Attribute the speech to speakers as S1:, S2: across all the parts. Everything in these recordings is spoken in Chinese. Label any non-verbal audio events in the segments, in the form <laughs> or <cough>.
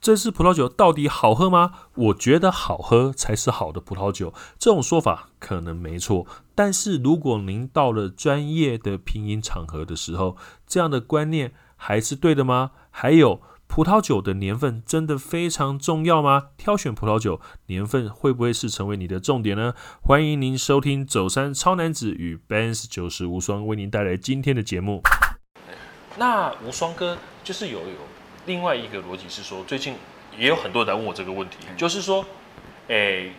S1: 这支葡萄酒到底好喝吗？我觉得好喝才是好的葡萄酒，这种说法可能没错。但是如果您到了专业的拼音场合的时候，这样的观念还是对的吗？还有，葡萄酒的年份真的非常重要吗？挑选葡萄酒年份会不会是成为你的重点呢？欢迎您收听走山超男子与 Benz 九十无双为您带来今天的节目。那无双哥就是有有另外一个逻辑是说，最近也有很多人来问我这个问题，
S2: 嗯
S1: 就是说，诶、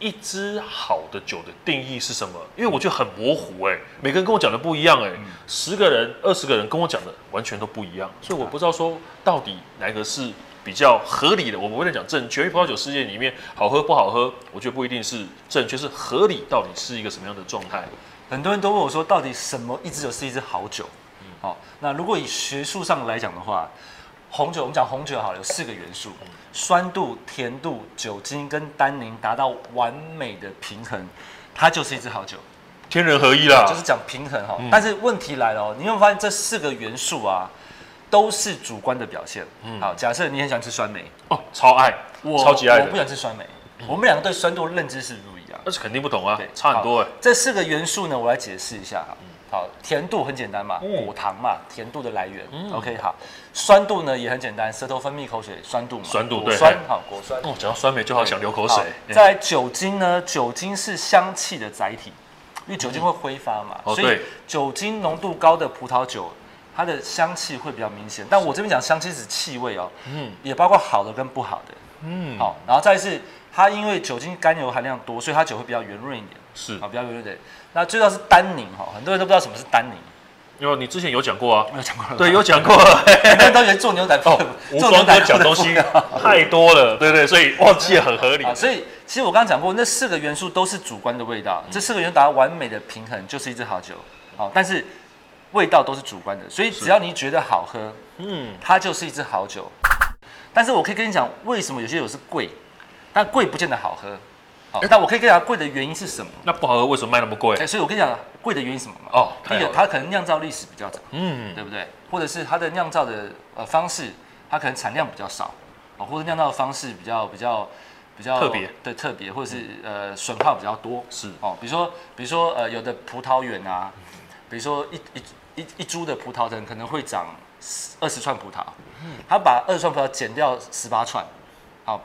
S1: 一支好的酒的定义是什么？因为我觉得很模糊、诶，每个人跟我讲的不一样、诶，
S2: 嗯
S1: 十个人、二十个人跟我讲的完全都不一样，所以我不知道说到底哪个是比较合理的。我们不能讲正确，因为葡萄酒世界里面好喝不好喝，我觉得不一定是正确，是合理到底是一个什么样的状态？
S2: 很多人都问我说，到底什么一支酒是一支好酒？好、那如果以学术上来讲的话，红酒我们讲红酒好了，有四个元素：
S1: 嗯
S2: 酸度、甜度、酒精跟单宁达到完美的平衡，它就是一支好酒。
S1: 天人合一啦，
S2: 就是讲平衡
S1: 嗯
S2: 哈。但是问题来了哦，你会发现这四个元素啊，都是主观的表现。好，假设你很喜欢吃酸梅，
S1: 哦，超爱，嗯超级爱
S2: 我不喜
S1: 的，
S2: 欢吃酸梅，我们两个对酸度的认知是不一样。
S1: 但是肯定不懂啊
S2: 对，，
S1: 差很多哎
S2: 好。这四个元素呢，我来解释一下哈。好，甜度很简单嘛，
S1: 嗯
S2: 果糖嘛，甜度的来源。OK，好，酸度呢也很简单，舌头分泌口水，酸度嘛，
S1: 酸度
S2: 果
S1: 对
S2: 酸
S1: 嘿
S2: 好，果酸。
S1: 哦，讲到酸梅就好想流口水嗯
S2: 好。再来酒精呢，酒精是香气的载体，因为酒精会挥发嘛，
S1: 哦
S2: 所以
S1: 对
S2: 酒精浓度高的葡萄酒。它的香气会比较明显，但我这边讲香气是指气味哦，
S1: 嗯
S2: 嗯，也包括好的跟不好的，
S1: 嗯，
S2: 好、然后再是它因为酒精甘油含量多，所以它酒会比较圆润一点，
S1: 是
S2: 啊，比较圆润一点。那最重要是单宁哈，很多人都不知道什么是单宁，
S1: 因为你之前有讲过啊，
S2: 没有讲过了吧
S1: 对， <laughs> 有讲过。
S2: <laughs>
S1: 哦
S2: 很多人都以为做牛仔裤，
S1: 无
S2: <laughs> 做牛
S1: 双
S2: 仔
S1: 哥
S2: 裤
S1: 讲
S2: 的
S1: 东
S2: 布
S1: 西
S2: 料
S1: 太多了，对对，所以忘记得很合理。
S2: <laughs> 啊，所以其实我刚刚讲过，那四个元素都是主观的味
S1: 嗯
S2: 道，这四个元素达到完美的平衡，就是一支好酒。好、但是味道都是主观的，所以只要你觉得好喝，
S1: 嗯，
S2: 它就是一支好酒。但是我可以跟你讲，为什么有些酒是贵，但贵不见得好喝。好、但我可以跟你讲贵的原因是什么。
S1: 那不好喝为什么卖那么贵
S2: 哎、？所以我跟你讲，贵的原因是什么嘛？
S1: 哦
S2: 第一
S1: 太好
S2: 个
S1: 了
S2: 它可能酿造历史比较长，
S1: 嗯，
S2: 对不对？或者是它的酿造的呃方式，它可能产量比较少，哦，或者酿造的方式比较比较比较
S1: 特别，
S2: 对特别，或者是呃损耗比较多，
S1: 是
S2: 哦，比如说比如说呃有的葡萄园啊，比如说一一一一株的葡萄藤可能会长二十串葡萄，
S1: 嗯
S2: 它把二十串葡萄减掉十八串，好、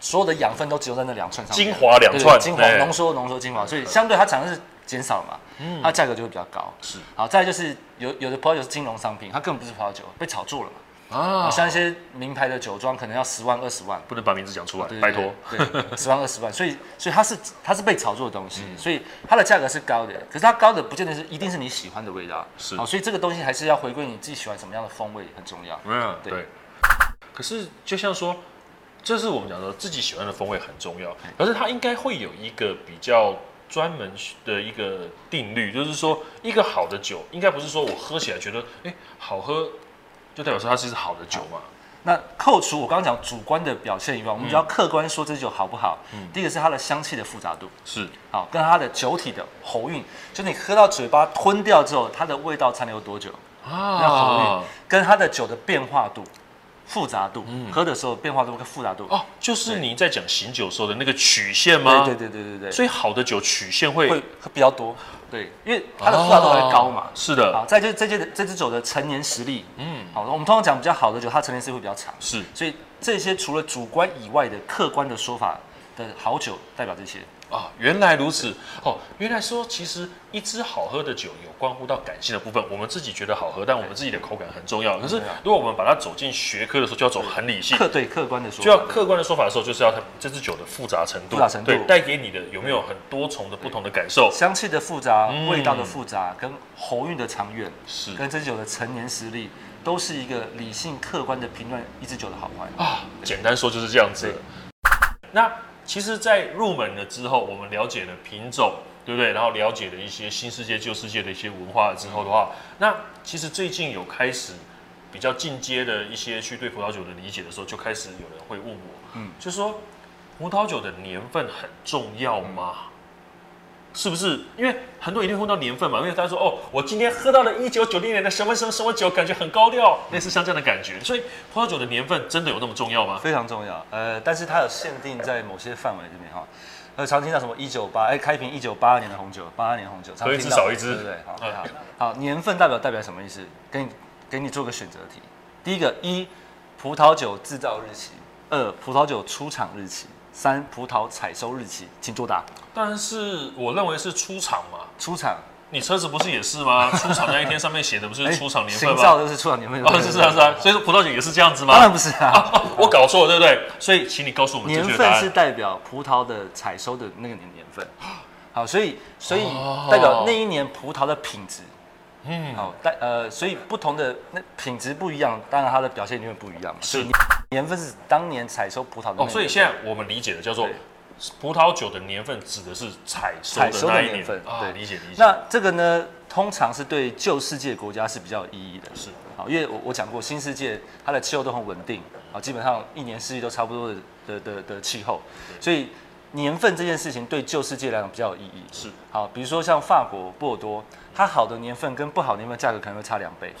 S2: 所有的养分都集中在那两串上面，
S1: 精华两
S2: 对
S1: 串，哎
S2: 精华
S1: 对
S2: 浓缩浓缩精华，所以相对它产量是减少了嘛，它价格就会比较高。
S1: 嗯是
S2: 好，再来就是有有的葡萄酒是金融商品，它根本不是葡萄酒，被炒作了嘛。
S1: 啊，
S2: 像一些名牌的酒庄可能要十万二十万，
S1: 不能把名字讲出来
S2: 对，
S1: 拜托。，
S2: 对，十万二十万，所以所以它是它是被炒作的东
S1: 嗯
S2: 西，所以它的价格是高的，可是它高的不见得是一定是你喜欢的味道，
S1: 是
S2: 好，所以这个东西还是要回归你自己喜欢什么样的风味很重要。
S1: 嗯，
S2: 对
S1: 对。可是就像说，这是我们讲的自己喜欢的风味很重要，
S2: 哎
S1: 可是它应该会有一个比较专门的一个定律，就是说一个好的酒，应该不是说我喝起来觉得哎、诶好喝，就代表说它是一支好的酒嘛。
S2: 那扣除我刚刚讲主观的表现以
S1: 嗯
S2: 外，我们只要客观说这酒好不好。第一个是它的香气的复杂度，
S1: 是
S2: 好，跟它的酒体的喉韵，就你喝到嘴巴吞掉之后，它的味道残留多久，那喉韵
S1: 啊，
S2: 跟它的酒的变化度、复杂度，喝的时候变化度跟复杂度。
S1: 嗯哦，就是你在讲醒酒时候的那个曲线吗？
S2: 对对对对对对，
S1: 所以好的酒曲线会
S2: 会会比较多，对，因为它的复杂度还会高嘛
S1: 哦。是的，
S2: 好，再就是这些这支酒的陈年实力，
S1: 嗯
S2: 嗯，好，我们通常讲比较好的酒，它陈年实力会比较长，
S1: 是
S2: 所以这些除了主观以外的客观的说法的好酒，代表这些。
S1: 啊，原来如此哦，原来说其实一支好喝的酒有关乎到感性的部分，我们自己觉得好喝，但我们自己的口感很重要。可是
S2: 对啊
S1: 如果我们把它走进学科的时候，就要走很理性。
S2: 客对客观的说法，
S1: 就要客观的说法的时候，就是要它这支酒的复杂程度，
S2: 复杂程度
S1: 对，带给你的有没有很多重的不同的感受？
S2: 香气的复杂、
S1: 嗯
S2: 味道的复杂、跟喉韵的长远，
S1: 是
S2: 跟这支酒的陈年实力，都是一个理性客观的评论一支酒的好坏。
S1: 啊，简单说就是这样子。那其实，在入门了之后，我们了解了品种，对不对？然后了解了一些新世界、旧世界的一些文化之后的话，那其实最近有开始比较进阶的一些去对葡萄酒的理解的时候，就开始有人会问我，嗯
S2: 嗯，
S1: 就说葡萄酒的年份很重要吗？是不是？因为很多一定会问到年份嘛，因为大家说哦，我今天喝到了一九九零年的什么什么什么酒，感觉很高调，类似像这样的感觉。所以葡萄酒的年份真的有那么重要吗？
S2: 非常重要。呃，但是它有限定在某些范围里面哈。呃，常听到什么一九八，哎，开瓶一九八二年的红酒，八二年红酒，常
S1: 喝一
S2: 听
S1: 支
S2: 到
S1: 少一支
S2: 对不对？好，
S1: 嗯
S2: 好，好，年份代表代表什么意思？给你给你做个选择题。第一个一，葡萄酒制造日期；二，葡萄酒出厂日期；三，葡萄采收日期。请作答。
S1: 但是我认为是出厂嘛，
S2: 出厂，
S1: 你车子不是也是吗？
S2: <laughs>
S1: 出厂那一天上面写的不是
S2: 哎
S1: 出厂年份
S2: 行
S1: 吗
S2: 照？就是出厂年份。
S1: 哦，是是啊是啊，所以说葡萄酒也是这样子吗？
S2: 当然不是啊。
S1: 哦我搞错了，对不对？所以请你告诉我们
S2: 年
S1: 正确的答
S2: 份是
S1: 案。
S2: 代表葡萄的采收的那个年年份。好，所以所以
S1: 哦
S2: 代表那一年葡萄的品质。
S1: 嗯，
S2: 好，但呃，所以不同的那品质不一样，当然它的表现就会不一样嘛。
S1: 是
S2: 年份是当年采收葡萄的那
S1: 哦，
S2: 个
S1: 所以现在我们理解的叫做
S2: 对
S1: 葡萄酒的年份指的是采收
S2: 采收
S1: 的
S2: 的
S1: 那一
S2: 年份
S1: 啊
S2: 对
S1: 理解理解。
S2: 那这个呢，通常是对旧世界国家是比较有意义的。
S1: 是
S2: 好，因为我我讲过，新世界它的气候都很稳定啊，基本上一年四季都差不多的的的的气候，所以年份这件事情对旧世界来讲比较有意义。
S1: 是
S2: 好，比如说像法国波尔多，它好的年份跟不好的年份价格可能会差两倍，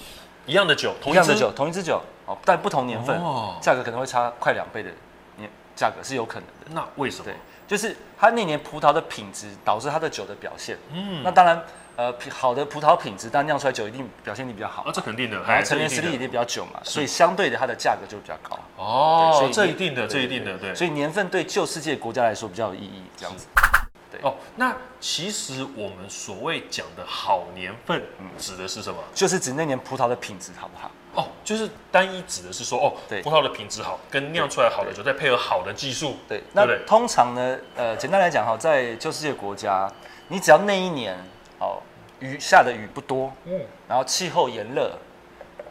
S1: 一样的酒，同
S2: 同
S1: 一
S2: 样的
S1: 支
S2: 酒，同一支酒，哦，但不同年份
S1: 哦
S2: 价格可能会差快两倍的年价格是有可能的。
S1: 那为什么
S2: 对？，就是它那年葡萄的品质导致它的酒的表现。
S1: 嗯
S2: 那当然，呃，品好的葡萄品质，但酿出来酒一定表现力比较好
S1: 啊，，这肯定的，
S2: 然
S1: 还
S2: 后陈年实力一定比较久嘛，所以相对的它的价格就比较高。对所
S1: 哦
S2: 以，
S1: 这一定的，这
S2: 对
S1: 一定的，对。
S2: 所以年份对旧世界国家来说比较有意义，这样子。
S1: 哦，那其实我们所谓讲的好年份
S2: 嗯
S1: 指的是什么？
S2: 就是指那年葡萄的品质好不好？
S1: 哦，就是单一指的是说，哦
S2: 对，
S1: 葡萄的品质好，跟酿出来好的酒，再配合好的技术，
S2: 对，
S1: 对
S2: 那
S1: 不对？
S2: 通常呢，呃，简单来讲哈，在旧世界国家，你只要那一年哦雨下的雨不多，
S1: 嗯，
S2: 然后气候炎热，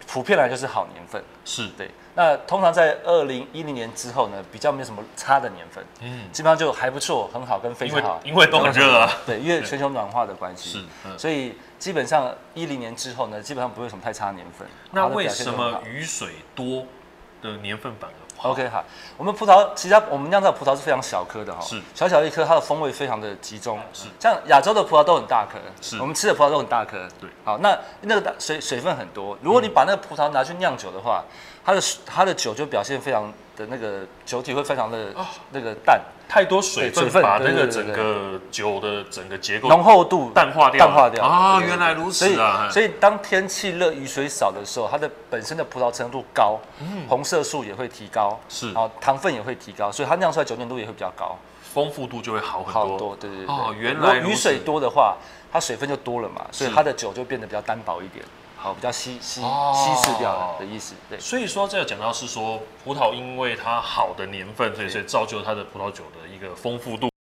S2: 普遍来就是好年份。
S1: 是，
S2: 对，那通常在二零一零年之后呢，比较没有什么差的年份，
S1: 嗯，
S2: 基本上就还不错，很好跟非
S1: 因
S2: 常
S1: 为
S2: 好。
S1: 因为都很热啊，
S2: <laughs> 对，
S1: <laughs>
S2: 因为全球暖化的关系，
S1: 是嗯
S2: 所以基本上一零年之后呢，基本上不会有什么太差的年份。
S1: 那
S2: 它的
S1: 为
S2: 表现
S1: 什
S2: 都很
S1: 么
S2: 好
S1: 雨水多的年份反而不好？
S2: ？OK，好，我们葡萄其实它我们酿造葡萄是非常小颗的哈、
S1: 是
S2: 小小一颗，它的风味非常的集中。
S1: 是
S2: 像亚洲的葡萄都很大颗，
S1: 是
S2: 我们吃的葡萄都很大颗。
S1: 对
S2: 好，那那个大水水分很多，如果你把那个葡萄拿去酿酒的话，它的它的酒就表现非常的那个酒体会非常的
S1: 哦
S2: 那个淡，
S1: 太多水
S2: 对水
S1: 分
S2: 分
S1: 把那
S2: 对对
S1: 个
S2: 对
S1: 整
S2: 对
S1: 个酒的整个结构
S2: 浓厚度
S1: 淡化掉了
S2: 淡化掉
S1: 啊
S2: 对对对
S1: 原来如此啊
S2: 所以，所以当天气热、雨水少的时候，它的本身的葡萄程度高，红色素也会提高，
S1: 嗯是
S2: 然后糖分也会提高，所以它酿出来酒精度也会比较高，
S1: 丰富度就会好很
S2: 好
S1: 多。
S2: 多。对对对。
S1: 哦原来
S2: 如
S1: 如此
S2: 果雨水多的话，它水分就多了嘛，所以
S1: 是
S2: 它的酒就变得比较单薄一点，好，比较稀稀
S1: 哦
S2: 稀释掉了的意思。对，
S1: 所以说，这个讲到是说，葡萄因为它好的年份，所以所以造就它的葡萄酒的一个丰富度。